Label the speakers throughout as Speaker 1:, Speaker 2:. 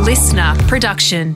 Speaker 1: listener production.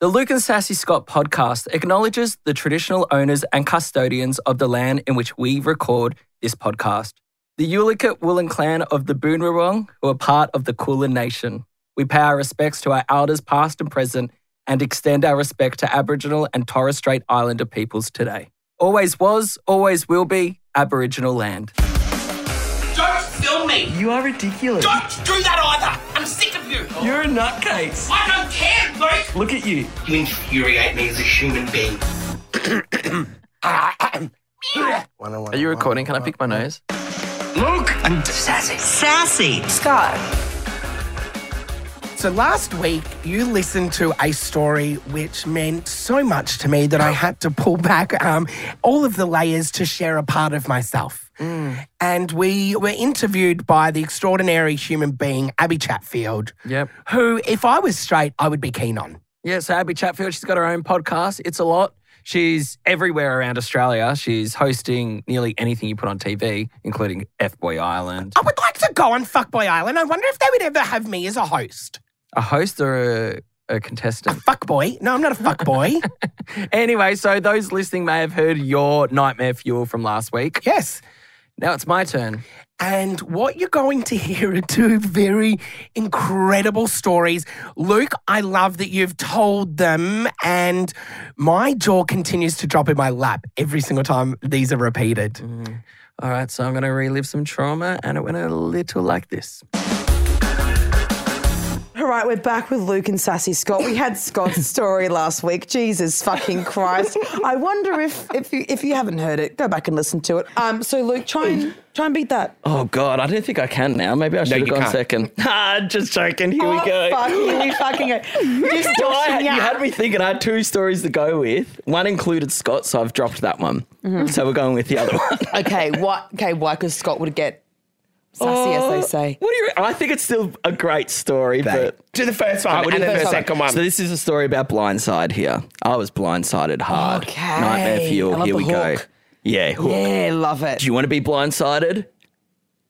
Speaker 2: The Luke and Sassy Scott podcast acknowledges the traditional owners and custodians of the land in which we record this podcast. The Ulikat Woolen clan of the Boonwurrung, who are part of the Kulin Nation. We pay our respects to our elders past and present and extend our respect to Aboriginal and Torres Strait Islander peoples today. Always was, always will be Aboriginal land.
Speaker 3: Don't film me.
Speaker 2: You are ridiculous.
Speaker 3: Don't do that either. I'm sick of you.
Speaker 2: You're a nutcase.
Speaker 3: I don't care, Luke.
Speaker 2: Look at you.
Speaker 3: You infuriate me as a human being.
Speaker 2: Are you recording? Can I pick my nose?
Speaker 3: Luke, I'm sassy.
Speaker 4: Sassy.
Speaker 5: So last week, you listened to a story which meant so much to me that I had to pull back um, all of the layers to share a part of myself. And we were interviewed by the extraordinary human being, Abby Chatfield,
Speaker 2: Yep.
Speaker 5: who, if I was straight, I would be keen on.
Speaker 2: Yeah, so Abby Chatfield, she's got her own podcast. It's a lot. She's everywhere around Australia. She's hosting nearly anything you put on TV, including F Boy Island.
Speaker 5: I would like to go on Fuckboy Island. I wonder if they would ever have me as a host.
Speaker 2: A host or a, a
Speaker 5: A
Speaker 2: contestant?
Speaker 5: fuckboy? No, I'm not a fuckboy.
Speaker 2: Anyway, so those listening may have heard your nightmare fuel from last week.
Speaker 5: yes.
Speaker 2: Now it's my turn.
Speaker 5: And what you're going to hear are two very incredible stories. Luke, I love that you've told them, and my jaw continues to drop in my lap every single time these are repeated.
Speaker 2: All right, so I'm going to relive some trauma, and it went a little like this.
Speaker 6: All right, we're back with Luke and Sassy Scott. We had Scott's story last week. Jesus fucking Christ! I wonder if if you if you haven't heard it, go back and listen to it. Um, so Luke, try and try and beat that.
Speaker 2: Oh, God, I don't think I can now. Maybe I should have gone second. Ah, just joking. Here we
Speaker 6: Oh,
Speaker 2: go.
Speaker 6: Fuck, here we fucking go. Just
Speaker 2: So I
Speaker 6: pushing
Speaker 2: had, you
Speaker 6: out.
Speaker 2: had me thinking I had two stories to go with. One included Scott, so I've dropped that one. So we're going with the other one.
Speaker 6: Mm-hmm. Okay, what? Okay, why? Because Scott would get sassy,
Speaker 2: Oh.
Speaker 6: as they say.
Speaker 2: What do you? I think it's still a great story, but
Speaker 7: Do the first one and
Speaker 6: do
Speaker 7: then
Speaker 6: the
Speaker 7: the
Speaker 6: first one.
Speaker 7: second one.
Speaker 2: so this is a story about blindside here. I was blindsided hard.
Speaker 6: Okay.
Speaker 2: Nightmare
Speaker 6: I
Speaker 2: fuel.
Speaker 6: love
Speaker 2: Here
Speaker 6: the
Speaker 2: we go.
Speaker 6: hook.
Speaker 2: Yeah. Hook.
Speaker 6: Yeah, love it.
Speaker 2: Do you want to be blindsided?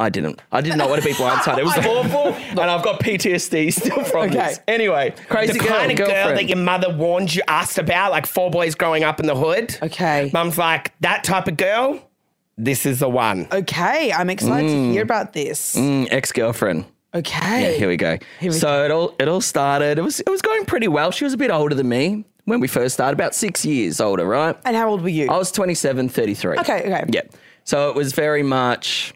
Speaker 2: I didn't. I did not want to be blindsided. It was awful, and I've got PTSD still from
Speaker 6: Okay.
Speaker 2: this. Anyway,
Speaker 7: the
Speaker 2: crazy girl,
Speaker 7: kind of girl
Speaker 2: girlfriend.
Speaker 7: that your mother warned you, asked about, like four boys growing up in the hood.
Speaker 6: Okay.
Speaker 7: Mum's like, that type of girl, this is the one.
Speaker 6: okay, I'm excited to hear about this.
Speaker 2: Mm, ex-girlfriend.
Speaker 6: Okay.
Speaker 2: Yeah, here we go. so it all it all started. It was it was going pretty well. She was a bit older than me when we first started, about six years older, right?
Speaker 6: And how old were you?
Speaker 2: I was 27, 33.
Speaker 6: Okay, okay.
Speaker 2: Yeah. So it was very much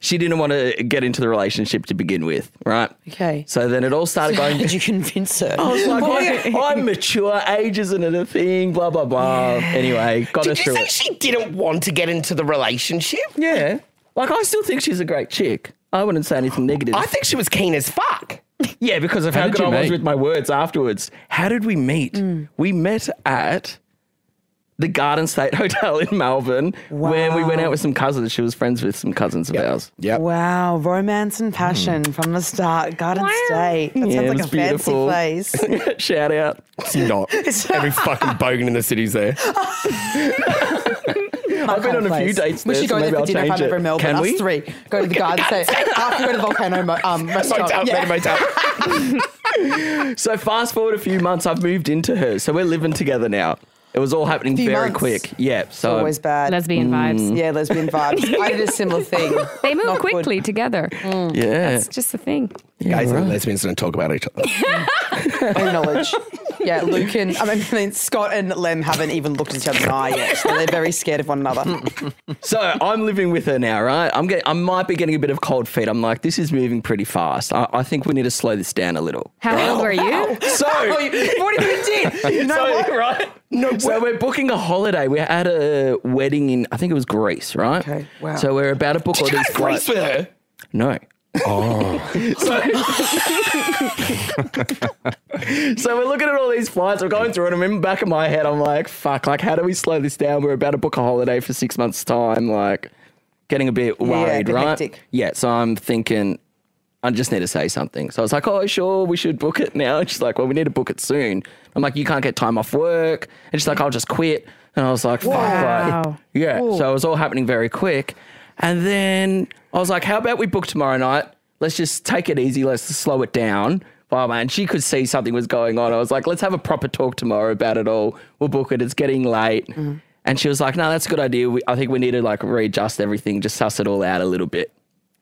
Speaker 2: she didn't want to get into the relationship to begin with, right?
Speaker 6: Okay.
Speaker 2: So then it all started going.
Speaker 6: Did you convince her?
Speaker 2: I was like, "Why- I'm mature, age isn't a thing, blah, blah, blah. Anyway, got
Speaker 7: Did
Speaker 2: us
Speaker 7: you
Speaker 2: through
Speaker 7: say
Speaker 2: it.
Speaker 7: she didn't want to get into the relationship?
Speaker 2: yeah. Like, I still think she's a great chick. I wouldn't say anything negative.
Speaker 7: I think she was keen as fuck.
Speaker 2: Yeah, because of how,
Speaker 8: did
Speaker 2: good I
Speaker 8: you
Speaker 2: was
Speaker 8: meet?
Speaker 2: with my words afterwards. How did we meet?
Speaker 6: Mm.
Speaker 2: We met at the Garden State Hotel in Melbourne, where we went out with some cousins. She was friends with some cousins of ours.
Speaker 7: Yep.
Speaker 6: Wow, romance and passion from the start. Garden State. That
Speaker 2: Hmm. Yeah, it
Speaker 6: sounds like
Speaker 2: was
Speaker 6: a
Speaker 2: beautiful.
Speaker 6: fancy place.
Speaker 2: Shout out.
Speaker 7: It's not. Every fucking bogan in the city's there.
Speaker 6: I've
Speaker 2: been on a few dates
Speaker 6: We
Speaker 2: there,
Speaker 6: should
Speaker 2: so
Speaker 6: go there
Speaker 2: maybe
Speaker 6: for
Speaker 2: I'll
Speaker 6: dinner if
Speaker 2: change
Speaker 6: I'm ever
Speaker 2: it.
Speaker 6: in Melbourne.
Speaker 2: Can
Speaker 6: us
Speaker 2: we?
Speaker 6: three. Go to the Garden State. After we go to the volcano mo- um, restaurant.
Speaker 7: Motel,
Speaker 6: yeah.
Speaker 7: yeah. motel.
Speaker 2: So fast forward a few months, I've moved into her. So we're living together now. It was all happening
Speaker 6: Few
Speaker 2: very
Speaker 6: months.
Speaker 2: quick. Yeah. So
Speaker 6: Always bad.
Speaker 9: lesbian
Speaker 2: Hmm.
Speaker 9: vibes.
Speaker 6: yeah, lesbian vibes. I did a similar thing.
Speaker 9: They move
Speaker 6: Knock wood.
Speaker 9: quickly together.
Speaker 2: yeah.
Speaker 9: It's just the thing.
Speaker 7: Guys and lesbians don't talk about each other.
Speaker 6: Acknowledge. Yeah, Luke and I mean, I mean, Scott and Lem haven't even looked each other in the eye yet. So they're very scared of one another.
Speaker 2: So I'm living with her now, right? I'm getting, I might be getting a bit of cold feet. I'm like, this is moving pretty fast. I, I think we need to slow this down a little.
Speaker 9: How old were you?
Speaker 2: So
Speaker 6: oh, you- you've already been dead. You know
Speaker 2: so,
Speaker 6: what?
Speaker 2: right? No, so we're booking a holiday. We're at a wedding in, I think it was Greece, right?
Speaker 6: Okay, wow.
Speaker 2: So we're about to book all
Speaker 7: Did you
Speaker 2: these
Speaker 7: go to Greece
Speaker 2: flights.
Speaker 7: with her?
Speaker 2: No. Oh. so, so we're looking at all these flights. We're going through it. I'm in the back of my head. I'm like, fuck, like, how do we slow this down? We're about to book a holiday for six months' time. Like, getting a bit worried,
Speaker 6: bit
Speaker 2: right?
Speaker 6: hectic.
Speaker 2: Yeah. So I'm thinking, I just need to say something. So I was like, oh, sure, we should book it now. And she's like, well, we need to book it soon. I'm like, you can't get time off work. And she's like, I'll just quit. And I was like, fuck.
Speaker 9: Wow.
Speaker 2: like, yeah. So it was all happening very quick. And then I was like, how about we book tomorrow night? Let's just take it easy. Let's slow it down. wow, man, she could see something was going on. I was like, let's have a proper talk tomorrow about it all. We'll book it. It's getting late.
Speaker 6: Mm-hmm.
Speaker 2: And she was like, no, that's a good idea. We, I think we need to like readjust everything, just suss it all out a little bit.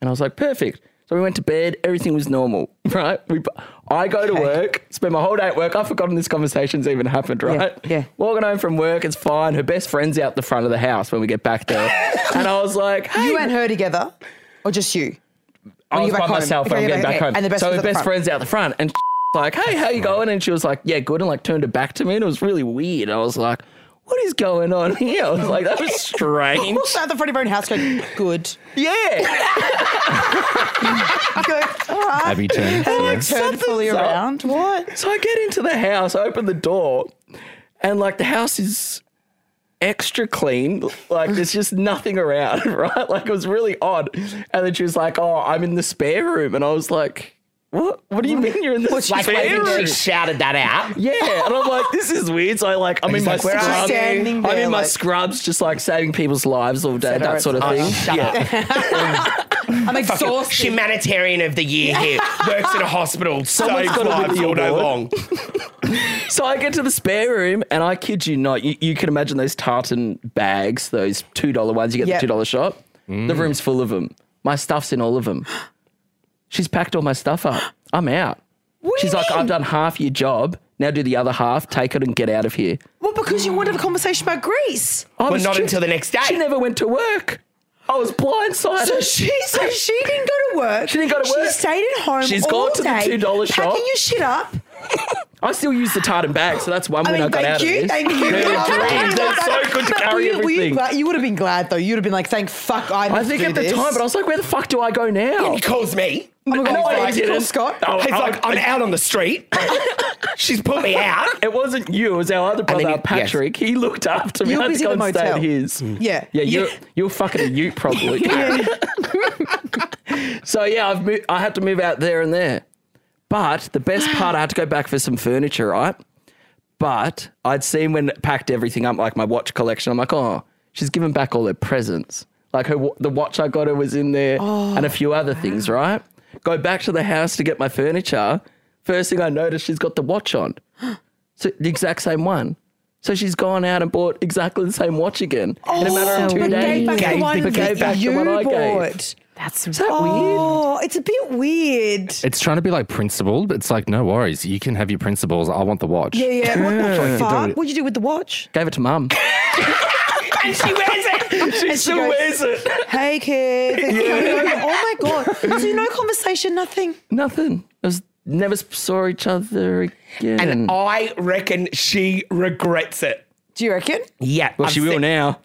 Speaker 2: And I was like, perfect. So we went to bed. Everything was normal, right? We, I go to work, spend my whole day at work. I've forgotten this conversation's even happened, right?
Speaker 6: yeah.
Speaker 2: Walking home from work, it's fine. Her best friend's out the front of the house when we get back there. and I was like, hey,
Speaker 6: You and her together, or just you?
Speaker 2: I
Speaker 6: When
Speaker 2: was
Speaker 6: you
Speaker 2: by
Speaker 6: get back home.
Speaker 2: myself when
Speaker 6: Okay,
Speaker 2: I'm getting
Speaker 6: okay,
Speaker 2: back
Speaker 6: okay.
Speaker 2: home.
Speaker 6: And the best
Speaker 2: so her
Speaker 6: one's at the
Speaker 2: best
Speaker 6: front.
Speaker 2: friend's out the front and like, hey, how you going? And she was like, yeah, good. And like turned her back to me and it was really weird. I was like, what is going on here? I was like, that was strange.
Speaker 6: Also at the front of your own house going, good.
Speaker 2: yeah.
Speaker 6: Good. All right.
Speaker 1: Abby turns. to her.
Speaker 6: Turned fully
Speaker 2: Something's up.
Speaker 6: around. What?
Speaker 2: So I get into the house, I open the door, and like the house is extra clean. Like there's just nothing around, right? Like it was really odd. And then she was like, oh, I'm in the spare room. And I was like, what? What do you mean you're in the
Speaker 7: Like
Speaker 2: spare
Speaker 7: when
Speaker 2: room?
Speaker 7: she shouted that out.
Speaker 2: Yeah, and I'm like, this is weird. So I like, I'm in my
Speaker 7: like, "Where are
Speaker 2: scrubs.
Speaker 7: you?"
Speaker 6: Standing
Speaker 2: I'm
Speaker 6: there,
Speaker 2: in my
Speaker 6: like-
Speaker 2: scrubs, just like saving people's lives all day, that sort of thing. yeah.
Speaker 6: I'm exhausted.
Speaker 7: Humanitarian of the year here. Works at a hospital.
Speaker 2: Someone's
Speaker 7: Saves
Speaker 2: gotta win
Speaker 7: lives
Speaker 2: the
Speaker 7: all day
Speaker 2: award.
Speaker 7: long.
Speaker 2: so I get to the spare room, and I kid you not, you, you can imagine those tartan bags, those two dollar ones you get
Speaker 6: Yep.
Speaker 2: at the two dollar shop. The room's full of them. My stuff's in all of them. She's packed all my stuff up. I'm out. She's like, I've done half your job. Now do the other half. Take it and get out of here.
Speaker 6: Well, because you wanted a conversation about Greece.
Speaker 2: I
Speaker 7: But
Speaker 2: was
Speaker 7: not
Speaker 2: ju-
Speaker 7: until the next day.
Speaker 2: She never went to work. I was blindsided.
Speaker 6: So she, so she didn't go to work.
Speaker 2: She didn't go to work.
Speaker 6: She stayed at home.
Speaker 2: She's
Speaker 6: all
Speaker 2: gone to the
Speaker 6: day,
Speaker 2: $2 shop.
Speaker 6: Packing your shit up.
Speaker 2: I still use the tartan bag, so that's one
Speaker 6: I
Speaker 2: when
Speaker 6: mean,
Speaker 2: I got
Speaker 6: thank
Speaker 2: out of
Speaker 6: you,
Speaker 2: this.
Speaker 6: thank you.
Speaker 2: It's so good to
Speaker 6: But
Speaker 2: carry
Speaker 6: were you, were you
Speaker 2: everything.
Speaker 6: glad- you would have been glad though. You'd have been like, "Thank fuck, I."
Speaker 2: I think at the time, but I was like, where the fuck do I go now?
Speaker 7: He calls me.
Speaker 6: Oh my God,
Speaker 2: No,
Speaker 6: he's
Speaker 2: I
Speaker 6: like,
Speaker 2: didn't.
Speaker 6: "Call Scott."
Speaker 2: No,
Speaker 7: He's
Speaker 2: I-
Speaker 7: like, I'm out on the street. She's put me out.
Speaker 2: It wasn't you. It was our other brother,
Speaker 7: then you-
Speaker 2: Patrick. He looked after me.
Speaker 6: You
Speaker 2: I
Speaker 6: were
Speaker 2: had to
Speaker 6: busy
Speaker 2: go
Speaker 6: at
Speaker 2: and
Speaker 6: the
Speaker 2: stay at
Speaker 6: motel.
Speaker 2: his.
Speaker 6: Yeah.
Speaker 2: Yeah, you're, you're fucking a ute probably. so, yeah, I've mo- I had to move out there and there. But the best part, I had to go back for some furniture, right? But I'd seen when packed everything up, like my watch collection, I'm like, oh, she's given back all her presents. Like her, wa- the watch I got her was in there
Speaker 6: Oh,
Speaker 2: and a few other things, right? Go back to the house to get my furniture. First thing I noticed, she's got the watch on. So the exact same one. So she's gone out and bought exactly the same watch again in
Speaker 6: Oh,
Speaker 2: a matter of
Speaker 9: so
Speaker 2: two
Speaker 9: but
Speaker 2: days.
Speaker 9: gave
Speaker 6: back the one
Speaker 2: but gave
Speaker 6: that
Speaker 2: back the
Speaker 6: you
Speaker 2: one I gave.
Speaker 6: bought.
Speaker 9: That's
Speaker 2: Is that weird?
Speaker 6: Oh, it's a bit weird.
Speaker 1: It's trying to be like principled, but it's like, no worries. You can have your principles. I want the watch.
Speaker 6: Yeah, yeah. What the fuck? What'd you do with the watch?
Speaker 2: Gave it to mum.
Speaker 7: And she wears it.
Speaker 6: And she goes,
Speaker 2: it?
Speaker 6: Hey kid. Oh my god. So no conversation, nothing.
Speaker 2: Nothing. It was never saw each other again.
Speaker 7: And I reckon she regrets it.
Speaker 6: Do you reckon?
Speaker 7: Yeah.
Speaker 2: well, she will now.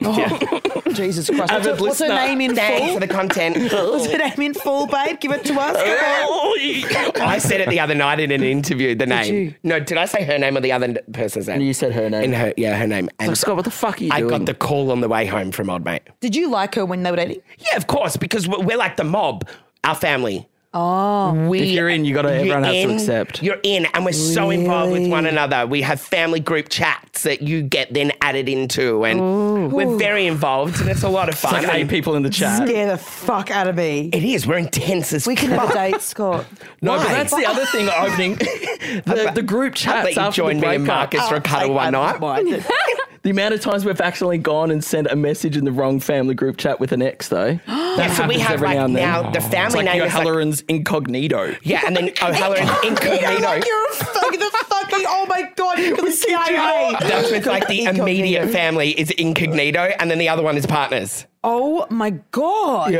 Speaker 6: Jesus Christ. What's her,
Speaker 2: Avid
Speaker 6: what's her
Speaker 2: listener.
Speaker 6: name in
Speaker 7: Thanks
Speaker 6: full?
Speaker 7: for the content.
Speaker 6: What's her name in full, babe? Give it to us. Come on.
Speaker 7: I said it the other night in an interview. The name.
Speaker 6: you?
Speaker 7: No, did I say her name or the other person's name?
Speaker 2: You said her name.
Speaker 7: In her, yeah, her name. And
Speaker 2: Like, Scott, what the fuck are you
Speaker 7: I
Speaker 2: doing?
Speaker 7: got the call on the way home from Old Mate.
Speaker 6: Did you like her when they were dating?
Speaker 7: Yeah, of course, because we're, we're like the mob, our family. Oh, we,
Speaker 2: If you're in, you gotta-
Speaker 7: you're
Speaker 2: everyone has to accept.
Speaker 7: You're in, and we're so involved with one another. We have family group chats that you get then added into, and we're very involved, and it's a lot of fun.
Speaker 2: like eight
Speaker 7: And
Speaker 2: people in the chat.
Speaker 6: Scare the fuck out of me.
Speaker 7: It is. We're intense as
Speaker 6: We can have a date, Scott.
Speaker 2: No,
Speaker 7: Why?
Speaker 2: but that's the other thing opening the, the group
Speaker 7: But
Speaker 2: chats
Speaker 7: you
Speaker 2: after
Speaker 7: joined
Speaker 2: the
Speaker 7: me and
Speaker 2: breakup.
Speaker 7: Marcus for a cuddle one night.
Speaker 2: The amount of times we've accidentally gone and sent a message in the wrong family group chat with an ex, though.
Speaker 7: Yeah, so we
Speaker 2: happens
Speaker 7: have
Speaker 2: every
Speaker 7: like
Speaker 2: now
Speaker 7: now,
Speaker 2: and then.
Speaker 7: the family
Speaker 2: It's like
Speaker 7: name is like,
Speaker 2: O'Halloran's incognito.
Speaker 7: yeah, and then O'Halloran incognito.
Speaker 6: like you're a fucking, the fucking, oh my god, you're the CIA.
Speaker 7: That's with like the
Speaker 6: Incognito.
Speaker 7: immediate family is incognito, and then the other one is partners.
Speaker 6: Oh my god.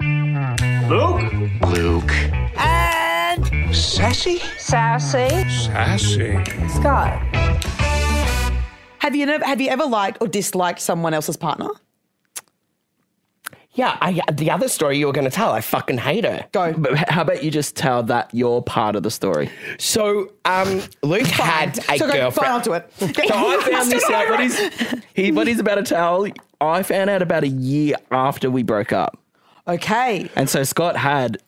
Speaker 3: Luke? Luke.
Speaker 6: And
Speaker 3: Sassy?
Speaker 9: sassy.
Speaker 3: Sassy.
Speaker 9: Scott.
Speaker 6: have you never, have you ever liked or disliked someone else's partner?
Speaker 7: Yeah, I, the other story you were going to tell, I fucking hate her.
Speaker 6: Go.
Speaker 2: But h- how about you just tell that your part of the story?
Speaker 7: So, um, Luke had a
Speaker 6: so go, fine, I'll
Speaker 7: girlfriend.
Speaker 6: do it.
Speaker 2: So I found this out. What
Speaker 6: What is?
Speaker 2: he's, he, what he's about to tell, I found out about a year after we broke up.
Speaker 6: Okay.
Speaker 2: And so Scott had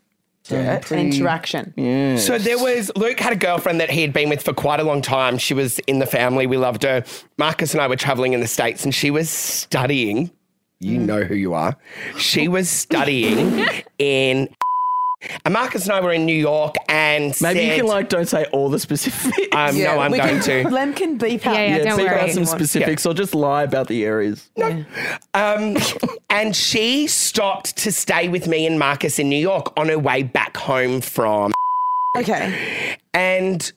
Speaker 6: An interaction.
Speaker 7: So there was Luke had a girlfriend that he had been with for quite a long time. She was in the family. We loved her. Marcus and I were traveling in the states, and she was studying you know who you are. She was studying in. And Marcus and I were in New York and
Speaker 4: Maybe you
Speaker 7: said-
Speaker 4: can like don't say all the specifics.
Speaker 7: um,
Speaker 6: Yeah,
Speaker 2: Oh,
Speaker 7: no, I'm
Speaker 6: we
Speaker 7: going
Speaker 6: can,
Speaker 7: to.
Speaker 6: Lem can beep out.
Speaker 9: Yeah, yeah, don't
Speaker 4: Think
Speaker 9: worry.
Speaker 4: about some
Speaker 9: Yeah.
Speaker 4: specifics or just lie about the areas.
Speaker 7: Um, and she stopped to stay with me and Marcus in New York on her way back home from.
Speaker 6: Okay.
Speaker 7: And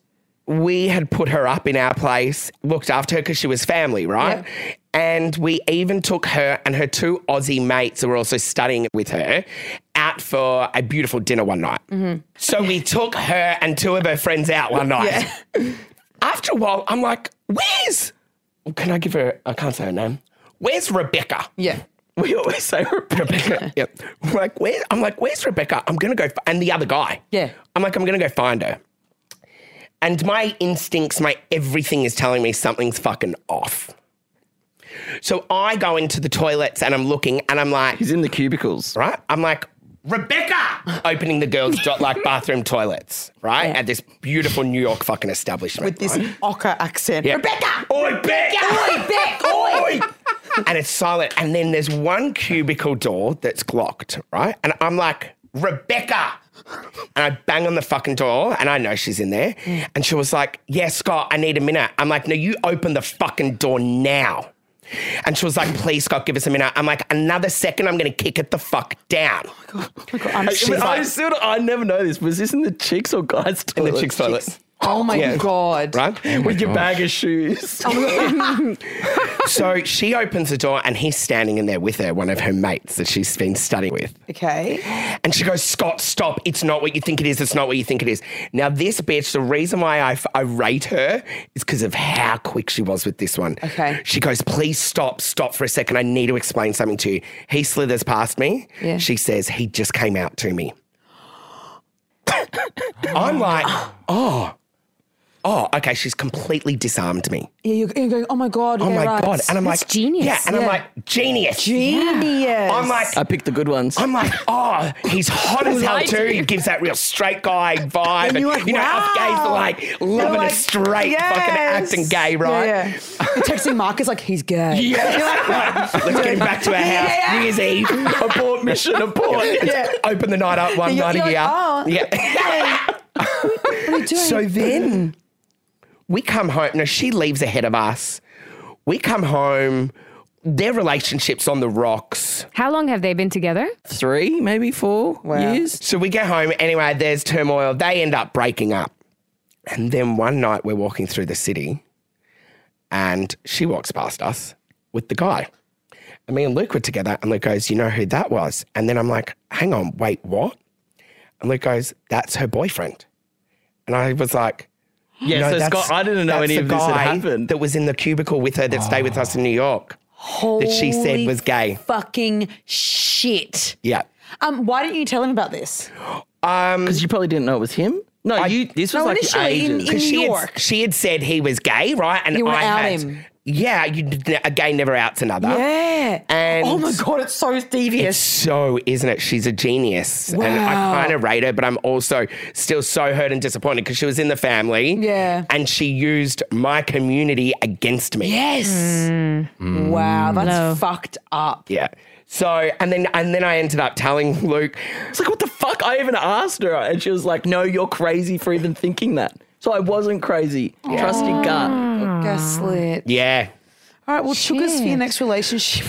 Speaker 7: we had put her up in our place, looked after her because she was family, right? And we even took her and her two Aussie mates who were also studying with her out for a beautiful dinner one night. So we took her and two of her friends out one night. After a while, I'm like, where's, can I give her, I can't say her name. Where's Rebecca?
Speaker 6: Yeah.
Speaker 7: We always say Rebecca. yep. We're Like where? I'm like, where's Rebecca? I'm gonna go f- and the other guy.
Speaker 6: Yeah.
Speaker 7: I'm like, I'm gonna go find her. And my instincts, my everything is telling me something's fucking off. So I go into the toilets and I'm looking and I'm like,
Speaker 4: He's in the cubicles.
Speaker 7: right? I'm like, Rebecca! Opening the girls' do- like bathroom toilets, right? At this beautiful New York fucking establishment.
Speaker 6: With this
Speaker 7: right?
Speaker 6: ochre accent.
Speaker 7: Yeah. Oi, Beck! Oi, Beck! Oi! and it's silent. And then there's one cubicle door that's locked, right? And I'm like, Rebecca! And I bang on the fucking door and I know she's in there. And she was like, Yeah, Scott, I need a minute. I'm like, No, you open the fucking door now. And she was like, Please, Scott, give us a minute. I'm like, Another second, I'm going to kick it the fuck down.
Speaker 6: I'm
Speaker 7: She's
Speaker 4: I
Speaker 7: like,
Speaker 4: still, I never know this. Was this in the chicks or guys'
Speaker 7: In
Speaker 4: toilet?
Speaker 7: the chick's toilet,
Speaker 6: Oh my
Speaker 7: Yeah.
Speaker 6: god.
Speaker 7: right?
Speaker 4: With your bag of shoes.
Speaker 7: So she opens the door and he's standing in there with her, one of her mates that she's been studying with.
Speaker 6: Okay.
Speaker 7: And she goes, Scott, stop. It's not what you think it is. It's not what you think it is. Now, this bitch, the reason why I, I rate her is because of how quick she was with this one.
Speaker 6: Okay.
Speaker 7: She goes, please stop, stop for a second. I need to explain something to you. He slithers past me.
Speaker 6: Yeah.
Speaker 7: She says, he just came out to me. I'm like, oh, oh, okay. She's completely disarmed me.
Speaker 6: Yeah, you're, you're going. Oh my god.
Speaker 7: Oh
Speaker 6: yeah,
Speaker 7: my
Speaker 6: right.
Speaker 7: God. And I'm
Speaker 9: That's
Speaker 7: like,
Speaker 9: genius.
Speaker 7: Yeah. And I'm
Speaker 6: Yeah.
Speaker 7: like, genius.
Speaker 6: genius.
Speaker 7: I'm like,
Speaker 4: I picked the good ones.
Speaker 7: I'm like, oh, he's hot as hell
Speaker 9: Lied to
Speaker 7: too.
Speaker 9: you.
Speaker 7: He gives that real straight guy vibe.
Speaker 6: And
Speaker 7: And,
Speaker 6: you're like,
Speaker 7: you know,
Speaker 6: wow.
Speaker 7: us gays are like loving
Speaker 6: like,
Speaker 7: a straight fucking acting gay, right?
Speaker 6: Yeah, yeah. You're texting Marcus like he's gay.
Speaker 7: Yes. Right. Let's get him back to our house.
Speaker 6: Yeah, yeah.
Speaker 7: New Year's Eve. Abort mission, abort.
Speaker 6: Yeah.
Speaker 7: Open the night up one
Speaker 6: You're-
Speaker 7: night
Speaker 6: you're
Speaker 7: a
Speaker 6: like,
Speaker 7: year.
Speaker 6: oh.
Speaker 7: Yeah.
Speaker 6: What are you doing?
Speaker 7: So then we come home. No, she leaves ahead of us. We come home. Their relationship's on the rocks.
Speaker 9: How long have they been together?
Speaker 4: Three, maybe four years.
Speaker 7: So we get home. Anyway, there's turmoil. They end up breaking up. And then one night we're walking through the city and she walks past us with the guy. And me and Luke were together and Luke goes, You know who that was? And then I'm like, Hang on, wait, what? And Luke goes, That's her boyfriend. And I was like,
Speaker 4: Yeah,
Speaker 7: no,
Speaker 4: so
Speaker 7: that's-
Speaker 4: Scott, I didn't know
Speaker 7: that's
Speaker 4: any
Speaker 7: the
Speaker 4: of this had
Speaker 7: guy
Speaker 4: happened.
Speaker 7: That was in the cubicle with her that stayed with us in New York.
Speaker 6: Holy
Speaker 7: that she said was gay.
Speaker 6: Fucking shit.
Speaker 7: Yeah.
Speaker 6: Um, why didn't you tell him about this?
Speaker 4: Because you probably didn't know it was him. No, you. This was
Speaker 6: No,
Speaker 4: like your
Speaker 6: initially in-
Speaker 4: ages.
Speaker 6: in-
Speaker 7: Because she
Speaker 6: York.
Speaker 7: Had, she had said he was gay, right? And
Speaker 6: You were
Speaker 7: I
Speaker 6: out
Speaker 7: had,
Speaker 6: him.
Speaker 7: Yeah, you, d- a gay never outs another.
Speaker 6: Yeah.
Speaker 7: And
Speaker 6: oh my god, it's so devious.
Speaker 7: So isn't it? She's a genius, and I
Speaker 6: Wow.
Speaker 7: kind of rate her, but I'm also still so hurt and disappointed because she was in the family,
Speaker 6: Yeah.
Speaker 7: and she used my community against me. Mm.
Speaker 6: yes. Wow, that's fucked up.
Speaker 7: Yeah. So and then and then I ended up telling Luke,
Speaker 4: It's like what the fuck? I even asked her, and she was like, "No, you're crazy for even thinking that." So I wasn't crazy. Trust your gut.
Speaker 6: Gaslit.
Speaker 7: yeah,
Speaker 6: All right, well, sugars for your
Speaker 9: Shit.
Speaker 6: next relationship.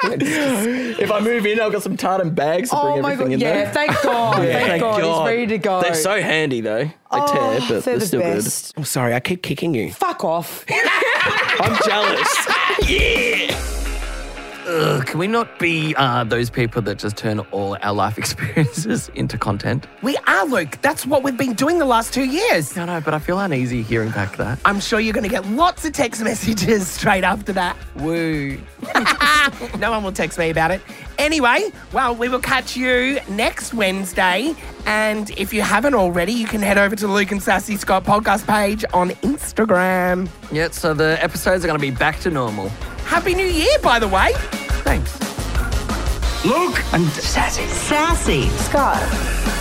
Speaker 4: If I move in, I've got some tartan bags to bring
Speaker 6: oh my
Speaker 4: everything
Speaker 6: god.
Speaker 4: in
Speaker 6: Yeah,
Speaker 4: there.
Speaker 6: thank God. thank, God. He's ready to go.
Speaker 4: They're so handy though. They
Speaker 6: oh,
Speaker 4: tear, but
Speaker 6: they're
Speaker 4: they're,
Speaker 6: the
Speaker 4: still
Speaker 6: best.
Speaker 7: I'm Oh, sorry, I keep kicking you.
Speaker 6: Fuck off.
Speaker 4: good. I'm jealous.
Speaker 2: Ugh, can we not be uh, those people that just turn all our life experiences into content?
Speaker 7: We are Luke. That's what we've been doing the last two years.
Speaker 2: I know, but I feel uneasy hearing back that.
Speaker 7: I'm sure you're going to get lots of text messages straight after that.
Speaker 2: Woo.
Speaker 7: No one will text me about it. Anyway, well, we will catch you next Wednesday. And if you haven't already, you can head over to Luke and Sassy Scott podcast page on Instagram.
Speaker 2: Yeah, so the episodes are going to be back to normal.
Speaker 7: Happy New Year, by the way.
Speaker 2: Thanks.
Speaker 3: Sassy.
Speaker 8: Sassy Scott.